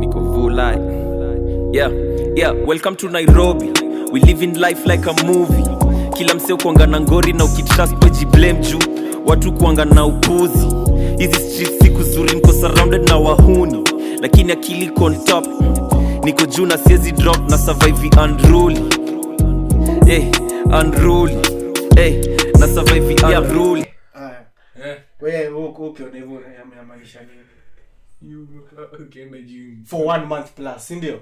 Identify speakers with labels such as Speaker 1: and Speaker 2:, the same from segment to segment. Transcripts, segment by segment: Speaker 1: nikuvulai yeah, yeah. welcome to nairobi we live in life like a movie kila msee kuanga na ngori na ukitrust wejiblame juu watu kuanga na upuzi hizi street si kuzuri niko surrounded na wahuni lakini akili iko on top niko juu na siezi drop na survive unruly hey, unruly hey, na survive unruly
Speaker 2: Haya.
Speaker 3: Eh,
Speaker 2: Wewe huku ukiona hivyo unayamaanisha nini?
Speaker 3: you- ukienda gym.
Speaker 2: For one month plus, si ndio?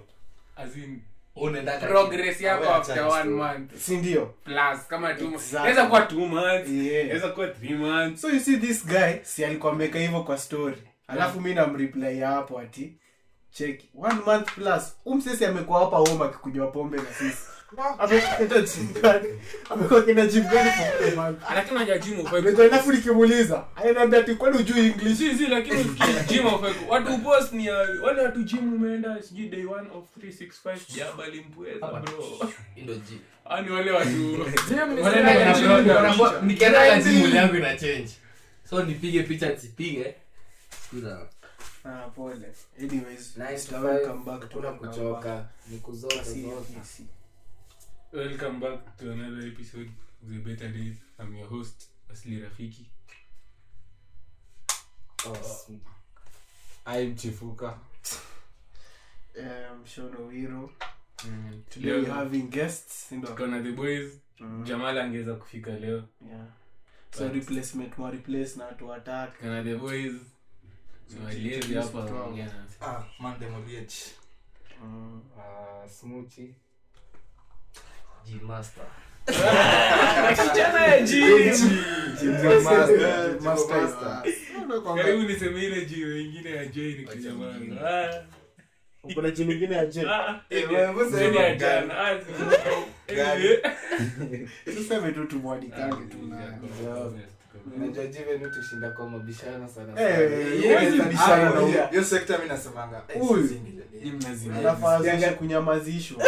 Speaker 3: As in, progress
Speaker 4: progress
Speaker 3: yako
Speaker 4: Awe
Speaker 3: after
Speaker 4: attached
Speaker 3: one
Speaker 4: to-
Speaker 3: month
Speaker 2: Si ndio?
Speaker 3: plus kama two months.
Speaker 2: Exactly.
Speaker 3: Inaweza kuwa two months
Speaker 2: Yeah.
Speaker 3: inaweza kuwa three months
Speaker 2: So you see this guy, si alikuwa ameweka hivyo kwa story. Alafu mimi namreply hapo ati check one month plus umsisi amekuwa hapa home akikunywa pombe na sisi. Amekuwa kenda jimkani. Amekuwa kenda jimkani for one month.
Speaker 3: lakini unajua gym hufai ku-
Speaker 2: Amekuwa alafu nikimuuliza, ananiambia ati kwani hujui English?
Speaker 3: Si, si, lakini usikie, gym hufai ku- watu hupost ni ya- wale watu gym umeenda sijui day one of 365 jaba limpweza bro Yaani wale watu Wale
Speaker 4: Wanaenda
Speaker 3: watu
Speaker 4: gym,
Speaker 3: gym
Speaker 4: wanakuwa-
Speaker 3: wanakuwa-
Speaker 4: nikienda kwa gym, mwili yangu ina change so nipige picha nisipige Kuna-
Speaker 2: Ah, pole. Anyways,
Speaker 4: Nice
Speaker 2: tuna
Speaker 4: to fight,
Speaker 2: welcome back to
Speaker 4: hakuna
Speaker 2: welcome back.
Speaker 4: kuchoka ni kuzoka
Speaker 2: See you,
Speaker 4: zoka.
Speaker 2: see.
Speaker 3: Welcome back to another episode of The Better Days. I'm your host, Asli Rafiki.
Speaker 4: Oh, I'm Chifuka.
Speaker 2: Um, Shono Wiro. Today
Speaker 3: Leo
Speaker 2: we're having guests, si ndio?
Speaker 3: tuko na the boys.
Speaker 2: Mm.
Speaker 3: Jamal angeweza kufika leo.
Speaker 2: Yeah. So replacement wa replace na watu watatu.
Speaker 3: Tuko na the boys. Ni waliezi hapa wanaongea nasi.
Speaker 2: Mm.
Speaker 4: Uh, Smuchi. G Master.
Speaker 2: Master,
Speaker 4: Master,
Speaker 2: master is
Speaker 4: master.
Speaker 2: us. Unaona kwamba-
Speaker 3: Karibu niseme ile jiwe wengine ya Jay ni
Speaker 4: Wacha
Speaker 3: kijamani.
Speaker 4: mwingine.
Speaker 3: Ah,
Speaker 2: Uko na jina lingine ya Jay?
Speaker 3: ah,
Speaker 4: Eh, wewe mbona
Speaker 3: Jay ni ya
Speaker 4: unasema gani?
Speaker 3: jana. Ah, si- Anyway.
Speaker 2: Tuseme tu tumwadikange tu na-
Speaker 4: Unajua jive ni tushinda kwa mabishano sana
Speaker 2: Eh,
Speaker 4: sana.
Speaker 2: huwezi bishana na huyu.
Speaker 5: hiyo sekta mi nasemanga eh,
Speaker 2: Huyu.
Speaker 5: sisi ni
Speaker 3: Ni
Speaker 5: nini?
Speaker 3: mnazima.
Speaker 2: Alafu aanze kunyamazishwa.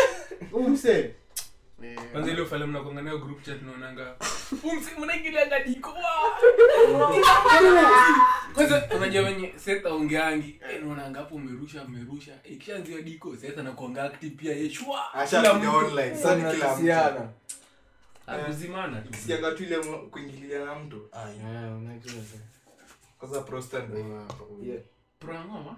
Speaker 2: Huyu msee. Eh,
Speaker 3: Kwanza ile ufala mnakuanga nayo group chat naonanga. Umsi mnaingilia gadiko. Kwanza unajua wenye seta ungeangi. Eh, unaonanga hapo umerusha umerusha. Ikishaanzia diko seta na kuanga active pia yeshwa.
Speaker 5: Ashakuja online sasa ni kila mtu
Speaker 4: Tunasiana.
Speaker 3: Akuzimana tu.
Speaker 5: sianga tu ile mu- kuingilia na mtu Ah, yeah.
Speaker 4: Eh, unajua sasa.
Speaker 5: kwanza prosta ndo
Speaker 4: Yeah.
Speaker 3: Prangoma.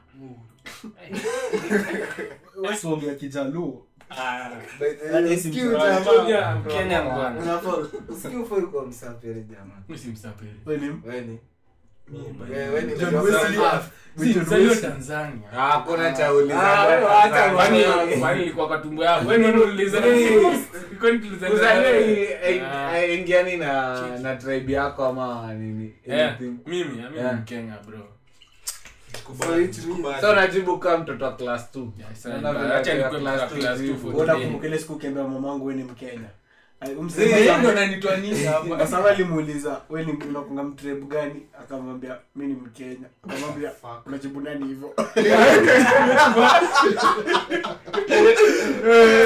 Speaker 2: wewe si ongea Kijaluo.
Speaker 3: Ah.
Speaker 4: By
Speaker 5: Eh,
Speaker 4: the way,
Speaker 2: Yaani si
Speaker 4: usikie
Speaker 2: mtaalamu.
Speaker 4: jamaa.
Speaker 3: Kenya bwana.
Speaker 4: Unafaa- usikie ufai kuwa msafiri jamaa.
Speaker 3: Mimi simsapeli.
Speaker 2: Wewe ni-
Speaker 4: Wewe ni-
Speaker 3: Mimi.
Speaker 4: wewe ni-
Speaker 2: John Wesley.
Speaker 4: Ah,
Speaker 3: Si
Speaker 2: John
Speaker 3: sasa
Speaker 2: Wesley.
Speaker 3: Tanzania.
Speaker 5: Ah, hakuna cha uliza.
Speaker 4: Ah, wewe wacha
Speaker 3: Kwani
Speaker 4: bwana.
Speaker 3: kwani ilikuwa kwa tumbo yako. Wewe ndio uliuliza. Kwani tuliuliza.
Speaker 4: Kuzaliwa ili- eh,
Speaker 3: Ah.
Speaker 4: eh, ingiani na na tribe yako ama nini
Speaker 3: Eh,
Speaker 4: anything.
Speaker 3: mimi mimi ni
Speaker 4: Yeah.
Speaker 3: Mkenya bro.
Speaker 5: Kubali,
Speaker 4: So it means-
Speaker 5: kubali.
Speaker 4: so najibu kama mtoto wa class two. Unaona
Speaker 3: Acha
Speaker 4: vile watu wa
Speaker 3: nikuwe
Speaker 4: class
Speaker 3: mtoto wa
Speaker 4: two
Speaker 3: class two
Speaker 4: zilivyo.
Speaker 3: for
Speaker 2: Wewe unakumbuka ile siku ukiambia mamangu wewe ni Mkenya. Ay, huyu msee- Kwa sababu alimuuliza we ni unakunga mtrebu gani akamwambia mi ni mkenya akamwambia unajibu nani hivyo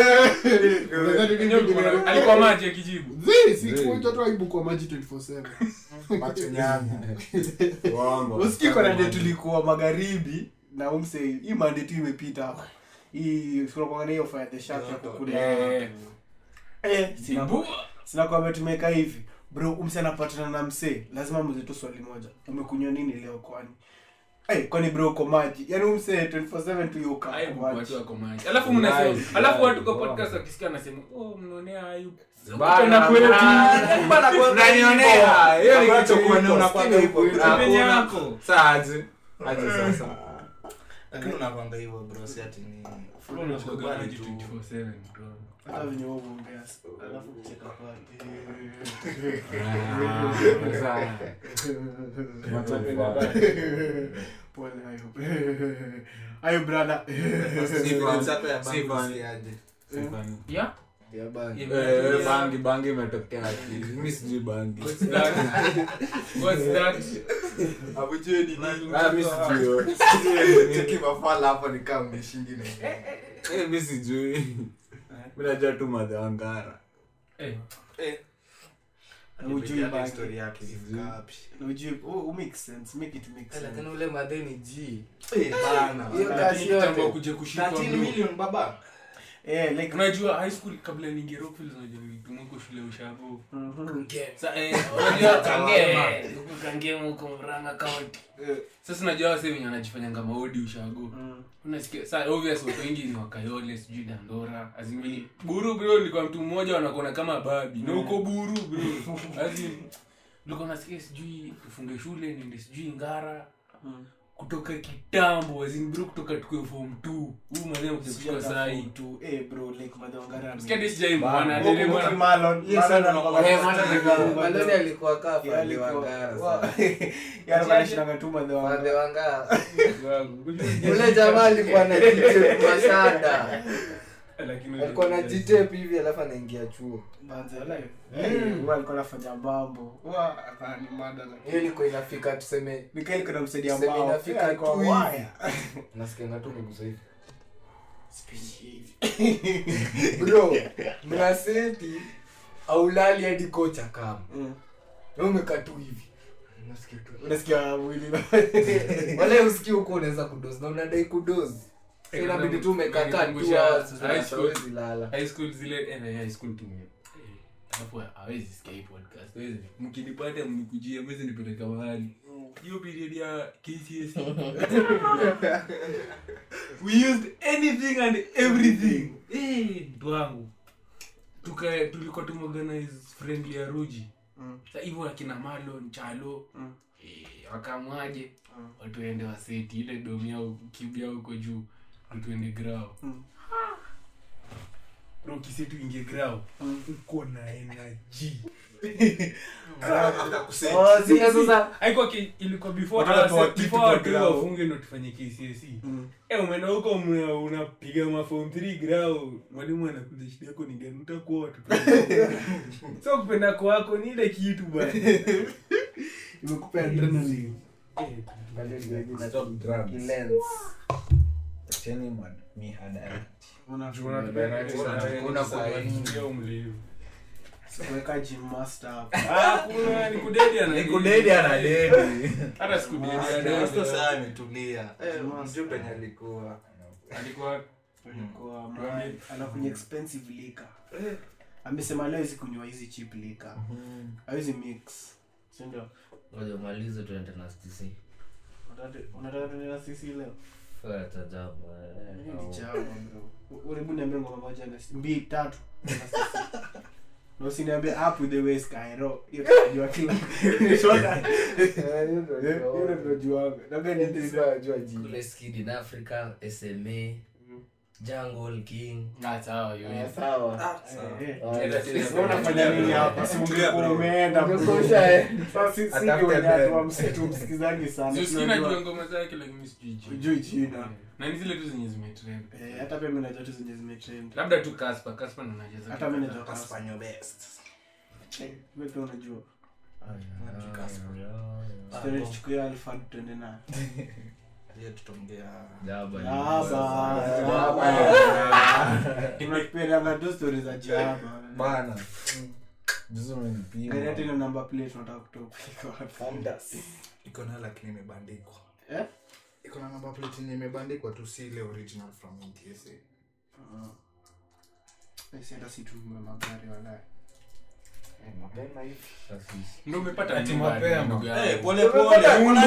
Speaker 6: Nadhani mimi
Speaker 3: Ndio, alikuwa maji akijibu
Speaker 6: Zii, si kuitwa tu aibu kwa maji 24/7.
Speaker 5: Macho nyanya.
Speaker 2: usikii kwa nande tulikuwa magharibi na umse hii mande tu imepita hapa hii tunakuanga na hiyo fire the shark yako kule
Speaker 3: Eh,
Speaker 2: Eh, sina-
Speaker 3: Timbuktu.
Speaker 2: sinakwambia tumeweka hivi bro umse anapatana na msee lazima mzetu swali moja umekunywa nini leo kwani Eh, kwani bro uko maji yaani umse 24/7 tu yuko
Speaker 3: Aibu kwa watu
Speaker 2: maji
Speaker 3: wako maji. Alafu mnasema,
Speaker 4: Nice.
Speaker 3: alafu watu kwa
Speaker 4: Wow.
Speaker 3: podcast wakisikia wanasema, "Oh, mnaonea aibu." Sio
Speaker 4: Bana,
Speaker 3: kuto na kwetu.
Speaker 4: bana, bana, kwetu. Unanionea. Hiyo ni
Speaker 5: Ambacho
Speaker 4: kitu
Speaker 5: kuonea
Speaker 4: iko,
Speaker 5: unakwambia
Speaker 4: skin
Speaker 5: uko.
Speaker 4: iko.
Speaker 5: Hakuna.
Speaker 3: Penye yako.
Speaker 4: Sasa aje. Aje sasa.
Speaker 5: Lakini unakwanga hivyo bro si ati ni
Speaker 3: Bro, unakuwa maji 24/7 bro.
Speaker 2: hata venye wewe unaongea, alafu kucheka pale
Speaker 4: Sasa.
Speaker 2: Pole, Ayub. Ayub, brother.
Speaker 5: Difference hata ya
Speaker 4: Si
Speaker 5: bango
Speaker 4: bana.
Speaker 5: siaje.
Speaker 3: Yeah?
Speaker 4: Ya bangi.
Speaker 3: Eh,
Speaker 4: Eh,
Speaker 3: eh,
Speaker 4: bangi, bangi imetokea akili. Mimi sijui bangi.
Speaker 3: What's that? What's that?
Speaker 5: Abujue ni nini?
Speaker 4: Ah, mimi sijui hiyo.
Speaker 5: Cheki mafala hapo ni kama umeshindina.
Speaker 4: Eh, mimi sijui. Mimi najua tu madhangara.
Speaker 3: Eh,
Speaker 2: na ujui
Speaker 5: Hadi
Speaker 2: baki.
Speaker 5: story yake ilifika wapi.
Speaker 2: Na ujui- oh, make sense, make it make sense.
Speaker 4: lakini ule madhe ni ji
Speaker 5: Eh, bana.
Speaker 4: hiyo kazi
Speaker 3: Kitambo
Speaker 4: yote
Speaker 3: kuja kushikwa
Speaker 5: 13
Speaker 3: bro.
Speaker 5: million baba
Speaker 2: Eh, like-
Speaker 3: unajua high school kabla niingie Rockfields, unajua nilitumwa huko shule ya ushago
Speaker 2: Mhm.
Speaker 3: Sa- eh, unajua Kangema. Huko Kangema, huko Murang'a County. sasa najua wase wenye wanajifanyanga maodi ushago
Speaker 2: Mm.
Speaker 3: unasikia sa obvious watu wengi ni wakayole sijui dandora azimini buru bro nilikuwa mtu mmoja wanakuona kama babi na uko buru bro azim nilikuwa nasikia sijui tufunge shule Yaani, niende sijui ngara
Speaker 2: Mm.
Speaker 3: kutoka kitambo azim bro kutoka tukue form 2 huu maneno kuchukua saa hii
Speaker 2: Tu- eh, bro, like, madhangara-
Speaker 3: sikia hadi sijai muona
Speaker 2: Huku
Speaker 3: dele bwana
Speaker 2: Malon- Malon anakuwa-
Speaker 4: Eh, maana alikuwa-
Speaker 2: Malon-
Speaker 4: Maloni alikuwa kaa
Speaker 2: Yeah,
Speaker 4: pande
Speaker 2: alikuwa-
Speaker 4: wangara
Speaker 2: wa-
Speaker 4: sana.
Speaker 2: Yeah, alikuwa anashindanga tu madhangara.
Speaker 4: Pande wangara ule jamaa alikuwa na jitep mashada alikuwa na jitep hivi alafu anaingia chuo
Speaker 2: Banza, like, eh, huwa alikuwa anafanya mambo Huwa, ah, ni mada, like.
Speaker 4: hiyo ilikuwa inafika tuseme
Speaker 2: Mikael kuna msaidia
Speaker 4: tuseme
Speaker 2: mbao. Eh,
Speaker 4: inafika
Speaker 2: alikuwa
Speaker 4: tu hivi
Speaker 2: waya.
Speaker 4: nasikiana tu miguso hivi bro mnaseti aulali hadi kocha kama
Speaker 2: Mm.
Speaker 4: na umekaa tu hivi Nasikia tu.
Speaker 2: Unasikia mwili
Speaker 4: wala usikii huko unaweza kudozi na unadai kudozi So inabidi tu umekaka tu
Speaker 3: Nikumbusha high school.
Speaker 4: hawezi lala
Speaker 3: high school zile eh, high school tumia alafu hawezi sikia hii podcast hawezi mkinipata mnikujie mwezi nipeleka mahali hiyo period ya KCSE E. we used anything and everything eh dwangu tuka tulikuwa tumeorganize friendly ya Ruji
Speaker 2: Mm.
Speaker 3: sasa hivyo akina Malon Chalo
Speaker 2: Mm.
Speaker 3: eh, wakamwaje
Speaker 2: Mm.
Speaker 3: watu waende waseti ile domi yao cube yao huko juu ndio tuende grao
Speaker 2: Mm.
Speaker 3: bro kisetu ingie grao
Speaker 2: Mm.
Speaker 3: uko na energy
Speaker 5: After kusema.
Speaker 4: Oh, zile sasa
Speaker 3: haikuwa ki- ilikuwa before
Speaker 2: Watu
Speaker 3: tuwase-
Speaker 2: watu
Speaker 3: before
Speaker 2: kwa
Speaker 3: watu
Speaker 2: grao.
Speaker 3: wafunge ndo tufanye KCSE
Speaker 2: Mm.
Speaker 3: Eh, umeenda huko una- unapiga mafom 3 grao mwalimu anakuza shida yako ni gani utakuwa watoto so kupenda kwako ni ile kitu bana
Speaker 2: Imekupa adrenaline.
Speaker 3: Eh,
Speaker 4: Lens.
Speaker 2: Unafuna-
Speaker 4: Kuna kwa nini?
Speaker 2: kuweka gym master hapo.
Speaker 3: Ah, kuna ni kudedi ana- hata siku dedi
Speaker 4: Ah,
Speaker 3: ana-
Speaker 5: Master sasa ametulia.
Speaker 4: Eh, mjumbe penye alikuwa
Speaker 3: alikuwa
Speaker 2: Kwa man, anakunywa expensive liquor.
Speaker 4: Eh.
Speaker 2: amesema leo hizi kunywa hizi cheap liquor. hawezi mix Si ndio?
Speaker 7: Ngoja malize tuende na sisi.
Speaker 2: Unataka- unataka tuende na sisi leo
Speaker 7: Faya tajabu.
Speaker 2: Hii ni chama, bro. U- urebu niambie ngoma moja na- mbili tatu na sisi. Na usiniambie up with the waist, Cairo. Hiyo tunajua kila- Shoulder. Eh, hiyo tunajuaga. Labda ni this-
Speaker 7: Kule skid in Africa, SMA, Jungle King.
Speaker 3: Ah, sawa, hiyo hiyo.
Speaker 2: Eh, eh.
Speaker 3: Enda tena.
Speaker 2: Wewe unafanya nini hapa? Si ungekuwa umeenda bro.
Speaker 8: eh.
Speaker 2: Sasa si- si ndio wenye watu wa msitu msikizangi sana.
Speaker 3: Zuski
Speaker 2: Tunajua-
Speaker 3: najua ngoma zake lakini mi sijui jina.
Speaker 2: Hujui jina.
Speaker 3: na ni zile tu zenye zimetrend
Speaker 2: Eh, hata pia mimi najua tu zenye zimetrend.
Speaker 3: labda tu kaspa kaspa ndo najeza
Speaker 2: Hata mimi najua Casper.
Speaker 5: Kaspanyo best.
Speaker 2: Eh, wewe pia unajua.
Speaker 7: Jaba.
Speaker 2: Story tuchukue Alfred tuende nayo.
Speaker 5: Yeye tutaongea.
Speaker 2: Jaba, jaba. tunapendana tu stori za jaba gari hata ile namba plate unataka kutopeleka wapi
Speaker 5: Iko na lakini imebandikwa.
Speaker 2: Eh?
Speaker 5: Iko na number plate yenye imebandikwa tu si ile original from NTSA.
Speaker 2: Basi hata si tununue magari walahi.
Speaker 4: Eh,
Speaker 3: ndo umepata nini bado, ndugu yangu?
Speaker 5: Eh, pole pole. Una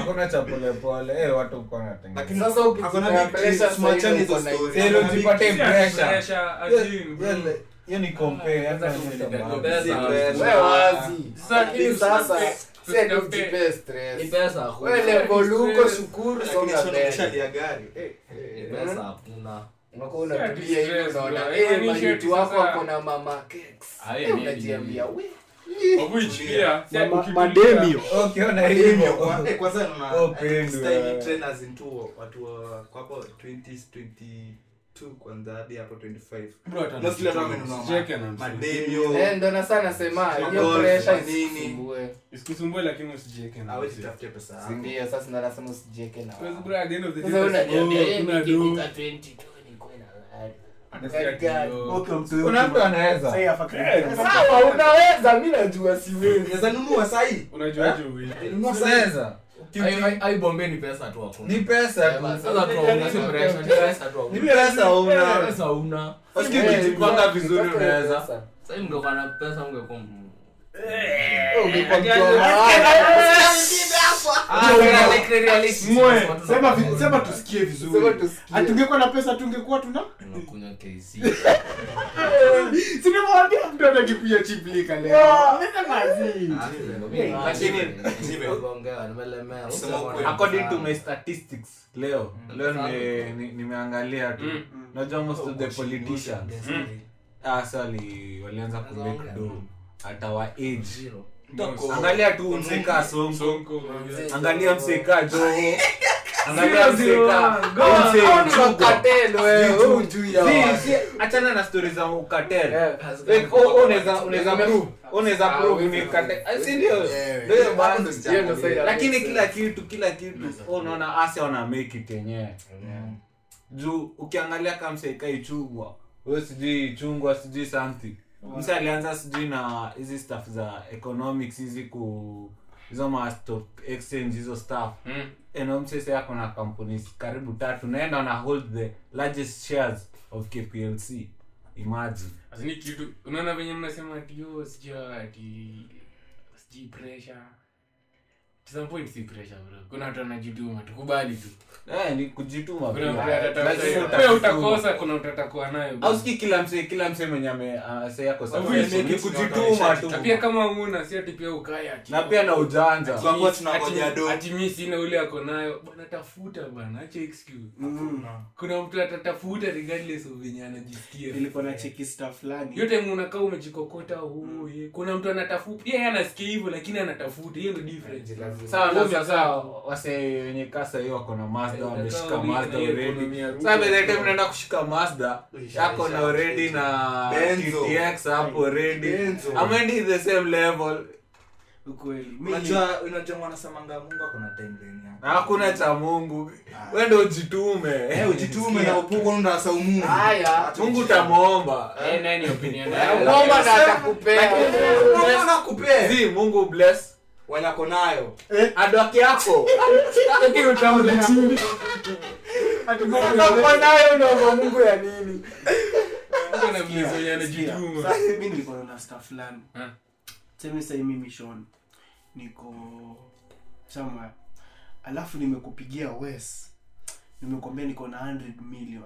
Speaker 8: hakuna cha polepole eh, watu kuwa wanatengeneza.
Speaker 5: Lakini
Speaker 4: Sasa
Speaker 5: hakuna big
Speaker 4: ukipeleka
Speaker 5: trees, machani hizo story.
Speaker 8: Eh, ndio tupate
Speaker 3: Si
Speaker 8: pressure.
Speaker 3: ati pressure, ati
Speaker 8: Hiyo-
Speaker 3: bro.
Speaker 8: hiyo- hiyo ni compare, hata
Speaker 3: Sasa
Speaker 8: hiyo
Speaker 3: tumedanganywa
Speaker 8: sababu.
Speaker 3: pesa.
Speaker 4: wewe wazi
Speaker 3: Sasa
Speaker 4: lakini
Speaker 3: kitu
Speaker 4: sasa
Speaker 3: tusipe-
Speaker 4: si ati
Speaker 3: tusipe-
Speaker 4: ujipe
Speaker 7: Ni
Speaker 4: stress
Speaker 7: pesa hakuna.
Speaker 4: wewe level uko shukuru
Speaker 5: Lakini
Speaker 4: songa
Speaker 5: sio
Speaker 4: mbele
Speaker 5: ndio gari. Eh.
Speaker 7: Ni pesa hakuna.
Speaker 4: unakuwa unatulia hivi
Speaker 3: stress,
Speaker 4: unaona
Speaker 3: bro.
Speaker 4: eh
Speaker 3: Yaani sheti
Speaker 4: majitu wako
Speaker 3: sasa-
Speaker 4: wako na mama cakes
Speaker 3: Ah, yeah,
Speaker 4: Eh,
Speaker 3: maybe,
Speaker 4: unajiambia we
Speaker 3: Of which pia, si ati
Speaker 2: Mama-
Speaker 3: ukitumia-
Speaker 8: Ukiona
Speaker 5: Hivyo
Speaker 8: hivyo
Speaker 5: kwa- eh, kwanza na
Speaker 8: Oh, pendwa.
Speaker 5: style trainers into watu wa kwa hapo 20s 22 kwanza hadi hapo 25.
Speaker 3: Bro, hata
Speaker 5: Mostly watu
Speaker 3: anasema,
Speaker 5: wamenunua
Speaker 3: usicheke na msema.
Speaker 5: mademio
Speaker 4: eh ndo na sana sema hiyo
Speaker 5: Golf,
Speaker 4: pressure
Speaker 5: nini.
Speaker 4: isikusumbue
Speaker 3: Isikusumbue lakini usicheke na
Speaker 5: hawezi
Speaker 3: msema.
Speaker 5: tafutia pesa yako.
Speaker 4: ndio sasa ndo nasema usijieke na
Speaker 3: Because
Speaker 4: wao
Speaker 3: bro, at the end of the day,
Speaker 4: sasa
Speaker 3: utasema,
Speaker 4: unajiambia
Speaker 3: "Oh,
Speaker 4: eh
Speaker 3: kuna do."
Speaker 4: nikifika 20 tu nikuwe na gari
Speaker 2: Okay, mtu huyo
Speaker 8: kuna mtu
Speaker 2: kima-
Speaker 8: anaweza
Speaker 2: Sasa hapa kuna-
Speaker 4: sawa unaweza mi najua siwezi
Speaker 5: Naweza nunua sahi.
Speaker 2: Eh?
Speaker 8: unaweza
Speaker 7: bombe ni pesa tu
Speaker 8: ni pesa tu. ni pesa una
Speaker 7: hakuna
Speaker 5: Usikie
Speaker 4: Eh,
Speaker 5: ukijipanga vizuri unaweza.
Speaker 7: sahii mngekuwa na pesa mngekuwa m-
Speaker 4: Eh,
Speaker 7: Ah,
Speaker 8: wewe.
Speaker 7: like realistic,
Speaker 2: Mwe,
Speaker 7: watu
Speaker 2: sema vi-
Speaker 7: wanakuwa
Speaker 2: sema tusikie vizuri atungekuwa na pesa tungekuwa tuna
Speaker 7: tunakunywa KC.
Speaker 2: sinimwambia mtu anakikuja chiplika leo Leta mazi.
Speaker 5: lakini-
Speaker 7: Nimegongewa, nimelemewa.
Speaker 5: Sema ukweli.
Speaker 8: according to my statistics leo leo nime- ni- nimeangalia tu
Speaker 3: Mm.
Speaker 8: najua most of the politicians ah, so wali- walianza kumake do at our age
Speaker 7: Zero.
Speaker 8: angalia tu mseka sonko
Speaker 3: Sonko, unajua.
Speaker 8: angalia mseka joho angalia mseka mse-
Speaker 4: oh,
Speaker 8: Si- si- achana na stori za ukatel
Speaker 4: Eh,
Speaker 8: Like, oh, oh, unaweza- unaweza prove, unaweza prove ni kate- ah, si ndio? Ndio hiyo basi. lakini kila kitu kila kitu oh, unaona asi wana make it yenyewe juu ukiangalia kamseika ichungwa huyo sijui ichungwa sijui something msa alianza sijui na hizi staff za economics hizi ku hizo ma stock exchange hizo staff
Speaker 3: Mm.
Speaker 8: enomsese ako na kampuni karibu tatu naenda na hold the largest shares of kplc imagine
Speaker 3: Lakini kitu unaona venye mnasema ati yo sijua ati sijui pressure To some point si pressure bro kuna watu wanajituma tukubali tu
Speaker 8: eh, ni kujituma
Speaker 3: kuna mtu
Speaker 8: pia.
Speaker 3: atatafuta
Speaker 8: Lazima
Speaker 3: hiyo.
Speaker 8: utajituma.
Speaker 3: Wewe utakosa kuna mtu atakuwa nayo bro.
Speaker 8: au siki kila mse kila mse mwenye ame- ah, say ako
Speaker 3: Obviously,
Speaker 8: successful, ni kujituma tu
Speaker 3: na pia kama una si ati pia ukae ati
Speaker 8: na pia na ujanja
Speaker 5: Kwa kuwa tunangoja
Speaker 3: Ati-
Speaker 5: do.
Speaker 3: ati mi sina ule ako nayo bana tafuta bana acha excuse
Speaker 8: Mm.
Speaker 2: Mm-hmm.
Speaker 3: kuna mtu atatafuta regardless of venye anajisikia
Speaker 2: nilikuwa na cheki staff fulani
Speaker 3: yote unakaa umejikokota huu ye. kuna mtu anatafuta yeye anasikia hivyo lakini anatafuta hiyo ndio difference
Speaker 8: sawa na sasa wase wenye kasa hiyo wako na mazda wameshika
Speaker 3: Wametoa
Speaker 8: mazda
Speaker 3: Eh, hiyo
Speaker 8: already
Speaker 3: economy ya Ruto.
Speaker 8: sasa by the time unaenda kushika mazda yako na already na
Speaker 5: Benzo.
Speaker 8: ttx hapo already
Speaker 5: Benzo.
Speaker 8: amendi the same level
Speaker 2: ukweli Mimi-
Speaker 5: Unajua unajua mwanasamanga Mungu ako na timeline yake.
Speaker 8: na hakuna cha mungu
Speaker 3: Ah.
Speaker 8: wende ujitume
Speaker 5: Eh, ujitume na upungu na saumu.
Speaker 4: Haya.
Speaker 8: mungu utamwomba
Speaker 3: Eh, nani opinion
Speaker 4: Eh,
Speaker 3: yao?
Speaker 4: Ngoma na atakupea.
Speaker 5: Mungu nakupea.
Speaker 8: zi mungu bless
Speaker 5: Wanyako nayo.
Speaker 8: adwaki yako
Speaker 4: Unakuwa nayo unaomba Mungu ya nini?
Speaker 3: Mtu ana mlezo yeye
Speaker 2: Sikia,
Speaker 3: anajituma.
Speaker 2: sasa mimi nilikuwa na staff fulani
Speaker 3: Ah.
Speaker 2: tuseme sasa mimi mission niko somewhere alafu nimekupigia wes nimekwambia niko na 100 million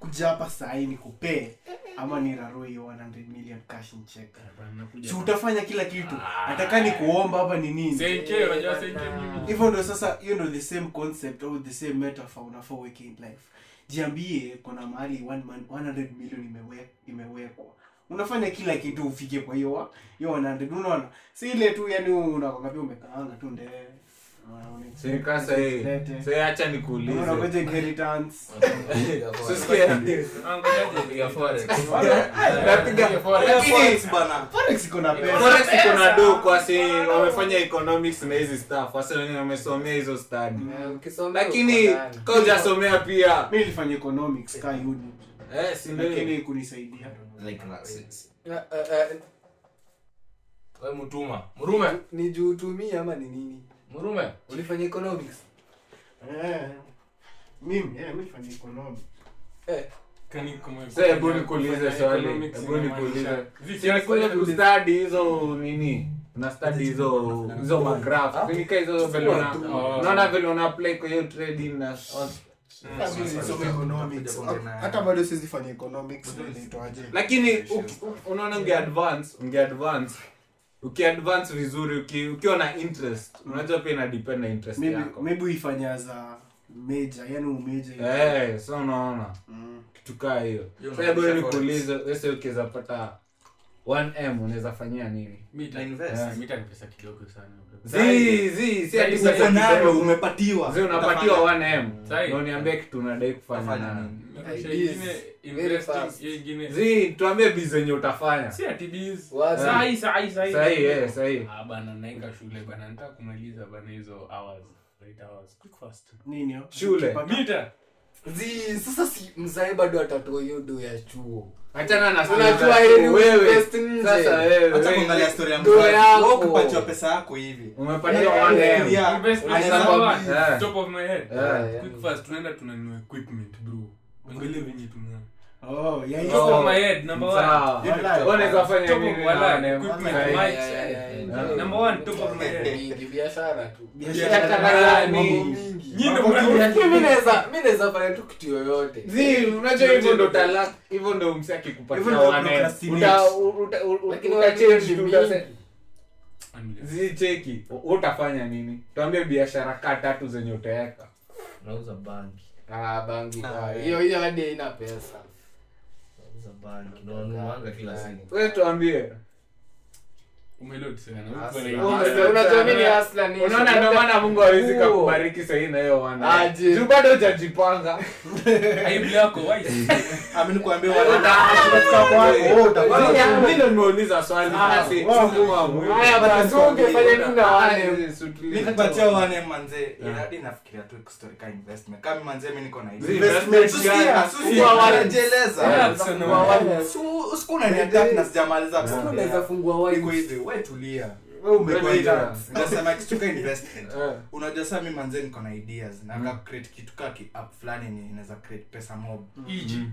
Speaker 2: kuja hapa sahii nikupee ama nirarue hiyo 100 million cash in check
Speaker 3: Bana, nakuja.
Speaker 2: si utafanya kila kitu nataka nikuomba hapa ni nini
Speaker 3: Senke, unajua senke mimi.
Speaker 2: hivyo ndo sasa hiyo ndo the same concept au the same metaphor unafaa uweke in life jiambie kuna mahali one man, 100 million imewe- imewekwa unafanya kila kitu ufike kwa hiyo wa- hiyo 100 unaona si ile tu yani unakwanga pia umekaanga tu ndee
Speaker 8: sikasa hii sai acha nikuulize
Speaker 2: unakoja inheritance
Speaker 3: Ah, ngojaje.
Speaker 8: napiga
Speaker 5: Lakini bana.
Speaker 2: forex iko na pesa
Speaker 8: forex iko na do kwasi wamefanya economics na hizi staff wasi wenye wamesomea hizo stadi lakini ka ujasomea pia
Speaker 2: mi nilifanya economics ka uni
Speaker 8: eh, si ndio?
Speaker 2: lakini kunisaidia
Speaker 7: Like, na- si- si-
Speaker 4: Eh, eh, eh,
Speaker 7: we mtuma mrume
Speaker 4: ni juu utumie ama ni nini
Speaker 7: mrume
Speaker 4: ulifanya economics
Speaker 2: Eh, mimi eh, mi nilifanya economics
Speaker 3: Kani kama-
Speaker 8: Sasa hebu nikuulize swali
Speaker 3: Economics
Speaker 8: hebu nikuulize
Speaker 3: inamaanisha- Zi,
Speaker 8: Si
Speaker 3: sikuja
Speaker 8: kule
Speaker 3: kuuliza.
Speaker 8: kustadi hizo nini na study hizo hizo magraph Zingika hizo vile una- unaona vile una apply kwa hiyo trading na
Speaker 6: Mimi nilisoma economics. hata bado siwezi fanya economics na inaitwaje
Speaker 8: lakini uki- u- unaona ungeadvance ungeadvance ukiadvance vizuri uki- ukiwa na interest unajua pia inadepend na interest
Speaker 2: maybe
Speaker 8: yako
Speaker 2: maybe uifanya za meja yani umeja
Speaker 8: Eh, so unaona kitu kaa hiyo
Speaker 5: Hiyo
Speaker 8: Sasa hebu
Speaker 5: inaonyesha
Speaker 8: nikuulize wese ukiweza pata 1m unaweza fanyia nini
Speaker 3: Mi ta-
Speaker 5: Na invest.
Speaker 3: Eh, mi ta ni pesa kidogo sana.
Speaker 8: Zii, zii, si ati
Speaker 5: Uko
Speaker 8: pesa
Speaker 5: nayo
Speaker 8: kidogo.
Speaker 5: umepatiwa.
Speaker 8: Zii, unapatiwa 1m
Speaker 3: Sahi.
Speaker 8: na uniambie kitu unadai kufanya
Speaker 5: Utafanya
Speaker 8: na
Speaker 5: nini?
Speaker 3: Maisha
Speaker 4: Ideas.
Speaker 3: ingine
Speaker 4: Very
Speaker 3: interesting,
Speaker 4: fast.
Speaker 3: hiyo ingine-
Speaker 8: zi tuambie bi zenye utafanya
Speaker 3: Si ati biz.
Speaker 4: Wazi.
Speaker 3: Sahi, sahi, sahi.
Speaker 8: Sahi, eh, sahi.
Speaker 3: Ah, bana naika shule bana nataka kumaliza bana hizo hours. Eight hours. Quick fast.
Speaker 2: nini oh? yo?
Speaker 8: Shule.
Speaker 2: Ukipata-
Speaker 3: Mita.
Speaker 4: zi sasa si mzae bado atatoa hiyo do ya chuo
Speaker 8: achana na story
Speaker 4: unajua
Speaker 8: zako.
Speaker 4: yeye ni
Speaker 8: Wewe,
Speaker 4: best nje.
Speaker 8: sasa wewe,
Speaker 5: Acha
Speaker 8: wewe.
Speaker 5: kuangalia story ya
Speaker 4: Ndoa
Speaker 5: mzazi.
Speaker 4: yako.
Speaker 5: Wewe ukipatiwa pesa yako hivi
Speaker 8: Umepatiwa
Speaker 4: Yeah.
Speaker 8: 1M.
Speaker 5: Yeah.
Speaker 3: Investment
Speaker 5: I
Speaker 3: number
Speaker 5: saw
Speaker 3: one.
Speaker 8: Yeah.
Speaker 3: Top of my head.
Speaker 8: Yeah.
Speaker 4: Yeah.
Speaker 3: Quick fast, tunaenda tunanunua equipment bro angalia venye tuna
Speaker 2: Oh, yeah,
Speaker 3: Top
Speaker 2: yeah.
Speaker 3: of my head, number one.
Speaker 8: Sawa.
Speaker 5: Hiyo ni
Speaker 2: Walai.
Speaker 5: kitu-
Speaker 8: Unaweza fanya
Speaker 3: Top of
Speaker 8: nini
Speaker 3: my
Speaker 8: na
Speaker 3: life,
Speaker 8: 1M?
Speaker 3: equipment,
Speaker 8: Sahi.
Speaker 3: mic.
Speaker 8: yeah.
Speaker 4: Number
Speaker 3: Number one, top of my head.
Speaker 4: Mingi, biashara tu
Speaker 2: Biashara.
Speaker 8: Biashara ni-
Speaker 4: Mambo mingi.
Speaker 3: Nyinyi ndio
Speaker 4: Mambo
Speaker 3: mna-
Speaker 4: mingi. Mimi naweza- mi naweza fanya tu kitu yoyote
Speaker 8: Zii, unajua hivyo ndo talaka hivyo ndo msi akikupatia
Speaker 2: Hivyo ndo
Speaker 8: 1M.
Speaker 2: procrastinate.
Speaker 8: Uta- u- uta- u- u-
Speaker 4: Lakini
Speaker 8: uta-
Speaker 4: watu
Speaker 8: change
Speaker 4: ni
Speaker 8: tu,
Speaker 4: mingi.
Speaker 8: utase-
Speaker 3: Unbelievable.
Speaker 8: zii cheki u- utafanya nini tuambie biashara kaa tatu zenye utaweka
Speaker 7: nauza banki
Speaker 4: Ah, bangi
Speaker 5: Ah,
Speaker 4: ah,
Speaker 5: yeah.
Speaker 4: hiyo hiyo hadi haina pesa
Speaker 7: nauza banki nanuanga kila siku
Speaker 8: we tuambie
Speaker 3: Umeload sana, huku
Speaker 4: Hustler.
Speaker 3: anaingia.
Speaker 4: Hustler. Unajua mimi ni hustler ni-
Speaker 8: unaona ndio maana mungu hawezi
Speaker 4: Nguo.
Speaker 8: kakubariki sahii na hiyo wana
Speaker 4: Aje.
Speaker 8: juu bado hujajipanga
Speaker 3: Aibu yako, why?
Speaker 5: Amini kuambia
Speaker 8: Mimi- mimi ndo nimeuliza swali basi
Speaker 2: wow.
Speaker 8: haya basi
Speaker 4: So, ungefanya nini na wale?
Speaker 8: Aje, si utulie.
Speaker 5: mi kupatia wane manzee
Speaker 4: Ah.
Speaker 5: hadi nafikiria tu story ka investment kama manzee mi niko na hizo.
Speaker 8: Investment
Speaker 5: Susia,
Speaker 8: gani?
Speaker 5: susia,
Speaker 4: Wa-
Speaker 5: wanajieleza.
Speaker 4: Wa-
Speaker 3: Sana.
Speaker 4: wale-
Speaker 5: Su- usiku unaniattack na sijamaliza
Speaker 4: Sasa
Speaker 5: kuongea.
Speaker 4: unaweza fungua wine.
Speaker 5: Niko hivi, we tulia
Speaker 2: Wewe ume-
Speaker 8: Tulia.
Speaker 5: Nasema kitu ka investment
Speaker 8: Eh.
Speaker 5: unajua saa mi manzee niko na ideas
Speaker 2: Mm.
Speaker 5: naka create kitu ka kiapp fulani yenye inaweza create pesa mob
Speaker 2: Mm.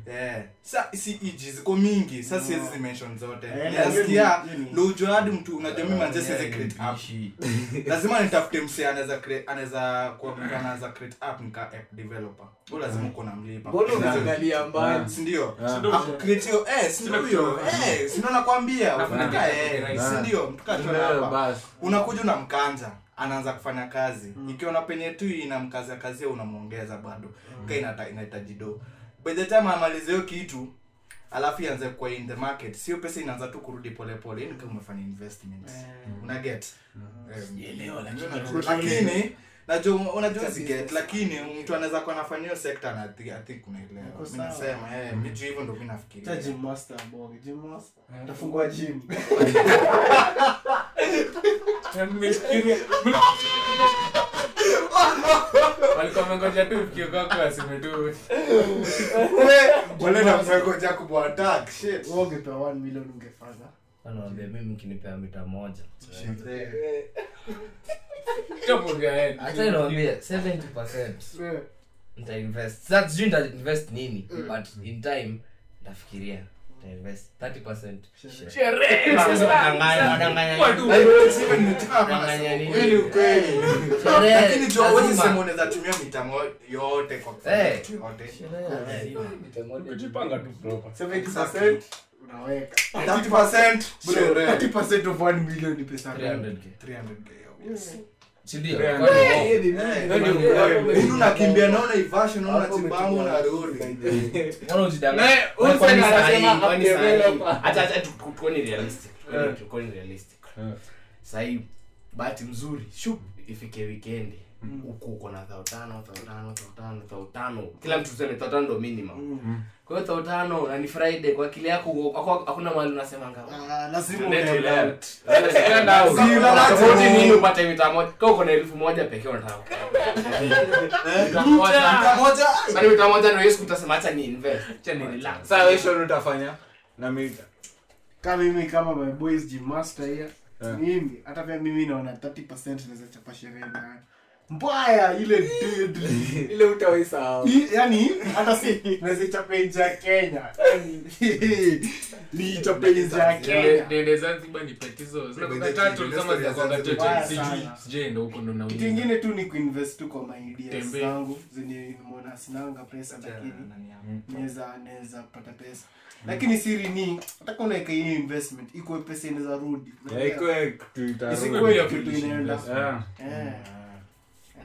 Speaker 5: Eh, sa si iji ziko mingi sa siwezi zimenshon zote
Speaker 2: Eh,
Speaker 5: nasikia
Speaker 2: hiyo ni- Eh, hiyo ni-
Speaker 5: ndo ujua hadi mtu unajua mi manze siwezi create app lazima nitafute mse anaweza create- anaweza kuaplika anaweza create app nika app developer u lazima
Speaker 2: Eh.
Speaker 5: uko na mlipa
Speaker 4: mbona unaangalia mbali
Speaker 5: sindio
Speaker 3: Sindio?
Speaker 5: akucreatio eh sindio huyo eh sindio nakwambia unakaa eh sindio mtukachona hapa
Speaker 8: basi
Speaker 5: unakuja unamkanja anaanza kufanya kazi ikiona penye tu inamkazia kazia unamwongeza bado ka inata- inahitaji do by the time amalize hiyo kitu alafu ianze kwa in the market sio pesa inaanza tu kurudi polepole yani kama umefanya investment una get Um, lakini najua unajua hizi get lakini mtu anaweza kuwa anafanya hiyo sekta na athi- I think unaelewa mimi
Speaker 2: sawa.
Speaker 5: nasema eh mimi juu hivyo ndio mimi nafikiria
Speaker 2: Hata gym master, bonge. Gym master. Utafungua gym.
Speaker 3: Nimefikiria- Walikuwa wamengoja tu mfikio kwako aseme tu.
Speaker 5: wale na mwengoja kubwa attack shit
Speaker 2: Wewe ungepewa 1 million ungefanya.
Speaker 7: anawambia mimi mkinipea mita moja
Speaker 3: Chapa vya head.
Speaker 7: hata inawambia 70
Speaker 2: Eh,
Speaker 7: nitainvest Sasa sijui nitainvest nini but in time nitafikiria nitainvest 30
Speaker 3: Kwa tu.
Speaker 5: lakini tu huwezi sema
Speaker 7: sherehe
Speaker 5: unaweza tumia mitamo yote kwa
Speaker 7: Eh.
Speaker 5: kitu yote
Speaker 3: Kujipanga tu proper.
Speaker 2: 70% unaweka.
Speaker 5: 30%
Speaker 2: Bro,
Speaker 5: sherehe.
Speaker 2: 30% of 1 million ni pesa gani?
Speaker 7: 300k
Speaker 5: 300k
Speaker 7: sindio
Speaker 8: Yeah.
Speaker 7: Kwani
Speaker 8: Yeah.
Speaker 5: Eh,
Speaker 7: wao?
Speaker 5: Yaani unakimbia naona ivasho naona chibamu na rori
Speaker 7: Mbona ujidanganye?
Speaker 8: Eh,
Speaker 7: Kwani
Speaker 8: Hussein
Speaker 7: kwani sahi-
Speaker 8: anasema
Speaker 7: kwani sahi-
Speaker 8: developer.
Speaker 7: Acha- acha tu- tu- tuone realistic, tuone- tuone realistic. Sahi, bahati mzuri shu ifike wikendi huku uko na thao tano thao tano thao tano thao tano kila mtu tuseme thao tano ndo minimum kwa hiyo thao tano na ni friday kwa akili yako uko- haku- hakuna mahali unasemanga
Speaker 2: Ah, lazima
Speaker 7: "Tuende
Speaker 2: uende
Speaker 7: tulale."
Speaker 2: out.
Speaker 7: Tunaenda out.
Speaker 5: Si ulala
Speaker 7: Tofauti
Speaker 5: tu.
Speaker 7: nini upate mita moja kama uko na elfu moja pekee unataka mita moja
Speaker 5: moja
Speaker 7: Bado mita moja ndio Yesu utasema acha ni invest acha ni relax
Speaker 8: saa weshon utafanya na mita
Speaker 2: kama mimi kama my boys gym master here mimi hata pia mimi naona 30% naweza chapa sherehe nayo mbaya ile deadly
Speaker 4: ile utawaisahau
Speaker 2: Hii, yani hata si naweza chapa nje ya Kenya Yaani, ni chapa nje ya
Speaker 3: Niende-
Speaker 2: Kenya
Speaker 3: niende Zanzibar nipate hizo. Zinakuwa tatu, kama zinakuwa choche. Sijui- sijaenda huko ndo nauliza.
Speaker 2: kitu ingine tu ni kuinvest tu kwa my ideas
Speaker 3: Tembea.
Speaker 2: zangu zenye nimeona sinanga pesa lakini naweza naweza pata pesa lakini siri ni hata kama unaweka hii investment ikuwe pesa inaweza rudi
Speaker 8: ikwe kitu itarudi.
Speaker 2: isikuwe kitu inaenda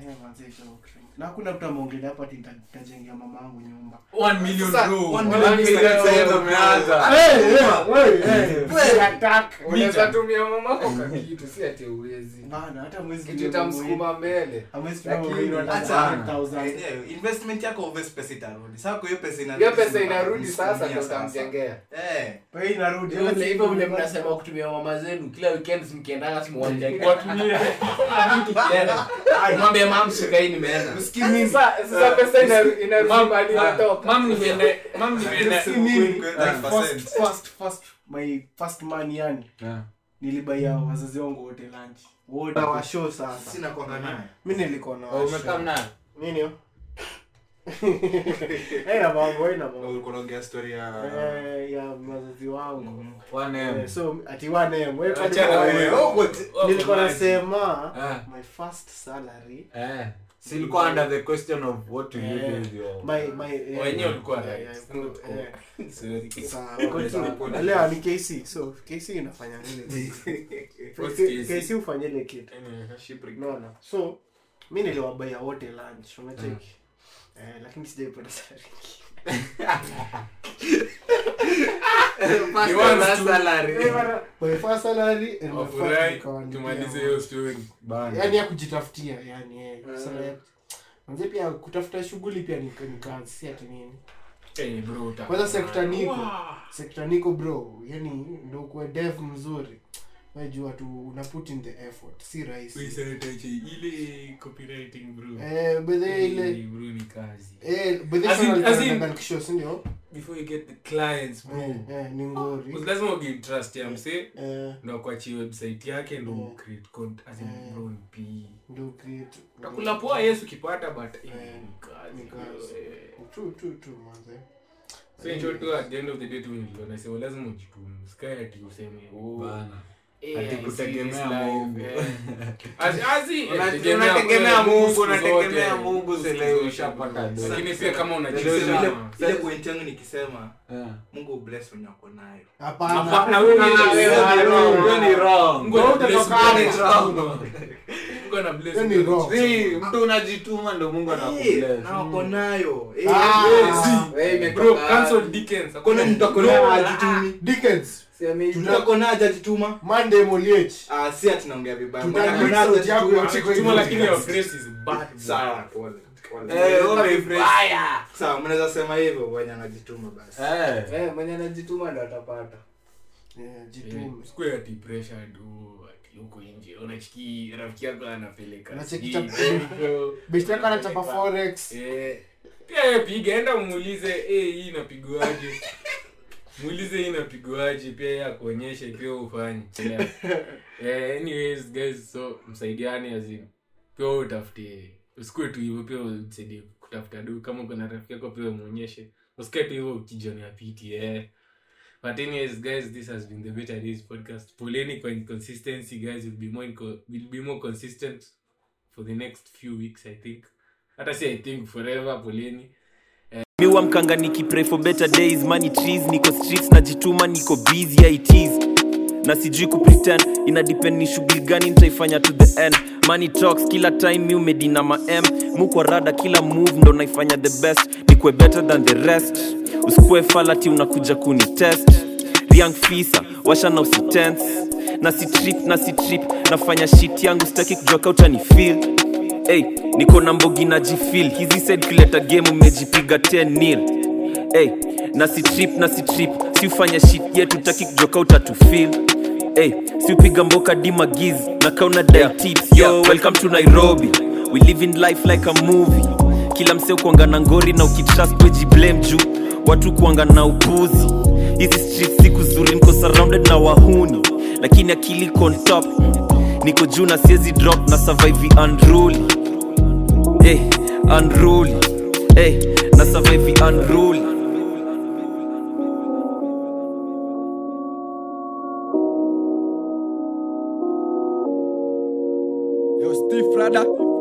Speaker 8: Yeah.
Speaker 2: Eh. Eh, manze, ikawa ukifikiria. na hakuna mtu ameongelea hapo ati nita- nitajengea mama yangu nyumba
Speaker 3: One million bro.
Speaker 4: unaweza tumia mamako kakitu si ati uwezi
Speaker 2: Bana, hata
Speaker 4: kitu itamsukuma mbele
Speaker 5: Enyewe, investment yako obvious pesa itarudi Sasa kwa hiyo pesa inarudi
Speaker 2: Yaani
Speaker 4: hiyo pesa
Speaker 5: sasa.
Speaker 4: inarudi sasa ndo
Speaker 5: Sasa.
Speaker 4: utamjengea
Speaker 5: eh
Speaker 7: hivyo vile mnasema kutumia mama zenu kila weekend mkiendaga simuwanjangmwambie mams nimeshika hii nimeenda
Speaker 3: Yaani,
Speaker 4: Sasa- sasa
Speaker 3: eh,
Speaker 4: pesa ina- inarudi mahali
Speaker 3: ah,
Speaker 4: inatoka.
Speaker 3: mam nimeenda mam nimeenda
Speaker 2: Yaani Si mimi,
Speaker 5: kwenda
Speaker 2: uh,
Speaker 5: percent.
Speaker 2: first- first- first- my first man yani
Speaker 3: Yeah.
Speaker 2: nilibaia wazazi wangu wote lunch wote na washo sasa
Speaker 5: sina kwanga naye
Speaker 2: mi nilikuwa na
Speaker 8: Oh,
Speaker 2: washo.
Speaker 8: umekaa mnayo?
Speaker 2: Nini hiyo? Haina mambo haina
Speaker 3: Oh,
Speaker 2: mambo
Speaker 5: ulikuwa unaongea story ya
Speaker 2: Eh, ya wazazi wangu
Speaker 3: One
Speaker 2: Eh,
Speaker 3: M.
Speaker 2: so ati wanem
Speaker 3: Hmm. Achana wewe. Oh, what- oh,
Speaker 2: nilikuwa
Speaker 3: man.
Speaker 2: nasema
Speaker 3: Ah.
Speaker 2: my first salary
Speaker 8: Eh. Si ilikuwa under the question of what do you do with your-
Speaker 2: my my eh,
Speaker 7: Wenyewe ulikuwa
Speaker 2: eh,
Speaker 7: right.
Speaker 2: eh, eh, sawa, sawa. Elewa, ni kc so kc inafanya nini
Speaker 3: What's
Speaker 2: kc
Speaker 3: KC?
Speaker 2: hufanya ile kitu unaona so mi niliwabaya wote lunch unacheki
Speaker 3: Mm.
Speaker 2: eh, lakini sijaipata salary
Speaker 7: Ni one last salary.
Speaker 2: my first salary and my first
Speaker 3: Eh, Wafurahi,
Speaker 2: account.
Speaker 3: tumalize
Speaker 2: Yeah,
Speaker 3: hiyo story
Speaker 2: yani ya kujitafutia yani eh, sala- manze pia kutafuta shughuli pia ni- ni kazi si ati nini
Speaker 7: Eh, bro, uta-
Speaker 2: kwanza sekta niko sekta niko bro yani ndo kuwa dev mzuri najua tu una put in the effort si rahisi
Speaker 3: ile copywriting bro
Speaker 2: eh, bedhe ile
Speaker 3: Hey, bro ni kazi
Speaker 2: eh, bedhe
Speaker 3: As in-
Speaker 2: sana
Speaker 3: as in- Mm.
Speaker 2: alikuwa na kisho si ndio
Speaker 3: before you get the clients bro
Speaker 2: Eh, eh, ni ngori
Speaker 3: lazima ugive trust ya mse
Speaker 2: Eh,
Speaker 3: ndo kwachi website yake ndo
Speaker 2: Yeah.
Speaker 3: create code as in
Speaker 2: Yeah.
Speaker 3: bro ni PE.
Speaker 2: ndo create
Speaker 3: Utakula poa yesu kipata but eh,
Speaker 2: Yeah.
Speaker 3: ni kazi
Speaker 2: Ni kazi.
Speaker 3: bro, eh.
Speaker 2: tu tu tu manze
Speaker 3: so in short tu at the end of the day tu niliona sema lazima ujitume sikae ati useme oh,
Speaker 7: Eh,
Speaker 8: Ati
Speaker 7: I see
Speaker 8: kutegemea
Speaker 7: this life,
Speaker 8: Mungu.
Speaker 7: eh.
Speaker 3: As- as in, eh,
Speaker 8: Una-
Speaker 3: tegemea-
Speaker 8: unategemea Mungu,
Speaker 3: siku
Speaker 8: unategemea
Speaker 3: zote,
Speaker 8: Mungu,
Speaker 3: siku
Speaker 8: zile
Speaker 3: zote,
Speaker 8: ushapata.
Speaker 3: bro. lakini pia kama
Speaker 5: ile
Speaker 3: unajisema
Speaker 5: ile point yangu nikisema mungu bless wenye wako nayo
Speaker 2: hapana
Speaker 8: wewe ni-
Speaker 2: Ah,
Speaker 8: wewe
Speaker 2: ah,
Speaker 8: ni wrong,
Speaker 2: ah,
Speaker 8: wewe ni wrong.
Speaker 3: Mungu ana bless
Speaker 2: utatoka
Speaker 3: mtu.
Speaker 2: hapo.
Speaker 3: Mungu ana bless
Speaker 2: Wewe ni
Speaker 3: mtu.
Speaker 2: wrong.
Speaker 8: Si, mtu unajituma ndo mungu
Speaker 5: Eh,
Speaker 8: anakubless
Speaker 5: na wako nayo Eh,
Speaker 2: Ah.
Speaker 5: yes.
Speaker 4: Wewe imetoka Ah,
Speaker 3: Bro,
Speaker 4: wapi?
Speaker 3: cancel Dickens.
Speaker 5: Hakuna mtu ako nayo hajitumi
Speaker 2: Dickens,
Speaker 4: Siamini.
Speaker 5: mtu ako nayo hajajituma
Speaker 2: Monday Moliech.
Speaker 5: Ah, si ati naongea vibaya
Speaker 2: Tuta-
Speaker 5: Mwenye ako nayo
Speaker 2: sauti yako
Speaker 5: hajajituma.
Speaker 2: yote kwa
Speaker 3: Chuma
Speaker 2: hiyo.
Speaker 3: lakini your grace is bad, bro.
Speaker 5: Sawa, pole, pole.
Speaker 8: Eh, wewe umeifresh.
Speaker 5: sawa mnaweza sema hivyo wenye anajituma basi
Speaker 8: Eh.
Speaker 4: Eh, mwenye anajituma ndo atapata
Speaker 2: Eh, jitume.
Speaker 3: Eh, sikuwe ati pressure du ati huko nje unachiki rafiki yako anapeleka
Speaker 2: Unacheki
Speaker 3: sijui
Speaker 2: chapa-
Speaker 3: Benko.
Speaker 2: Beshte yako anachapa forex.
Speaker 3: Eh, pia yeye piga enda umuulize eh, hii inapigwaje muulize hii inapigwaje pia yeye akuonyeshe pia ufanye eh, anyways guys so msaidiane azin pia wewe utafutie usikuwe tu hivyo pia usaidie kutafuta du kama kuna rafiki yako pia umuonyeshe usikae tu hivyo ukijionea piti eh. But anyways, guys, this has been the Better Days podcast. Poleni kwa inconsistency, guys. We'll be more inco- we'll be more consistent for the next few weeks, I think. Hata si I think forever, poleni.
Speaker 1: miwa mkanga nikipray for better days money trees niko streets najituma niko busy yeah, it is na sijui kupretend ina depend ni shughuli gani nitaifanya to the end money talks kila time mi umedina maem mukwa rada kila move ndo naifanya the best nikwe better than the rest usikue falati unakuja kuni test riang fisa washa na usitense na si trip na si trip nafanya shit yangu sitaki kujua ka utanifeel Hey, niko na mbogi na jifil hizi said kuleta game umejipiga 10 nil hey, na si trip na si trip si ufanya shit yetu taki kujoka utatufil hey, si upiga mboka dimagiz na kauna yeah. tips yo yeah. welcome to nairobi we live in life like a movie kila msee ukuanga na ngori na ukitrust wejiblame juu watu kuanga na upuzi hizi street siku zuri niko surrounded na wahuni lakini akili iko on top niko juu na siezi drop na survive unruly hey, unruly hey, na survive unruly
Speaker 9: Yo, Steve Prada.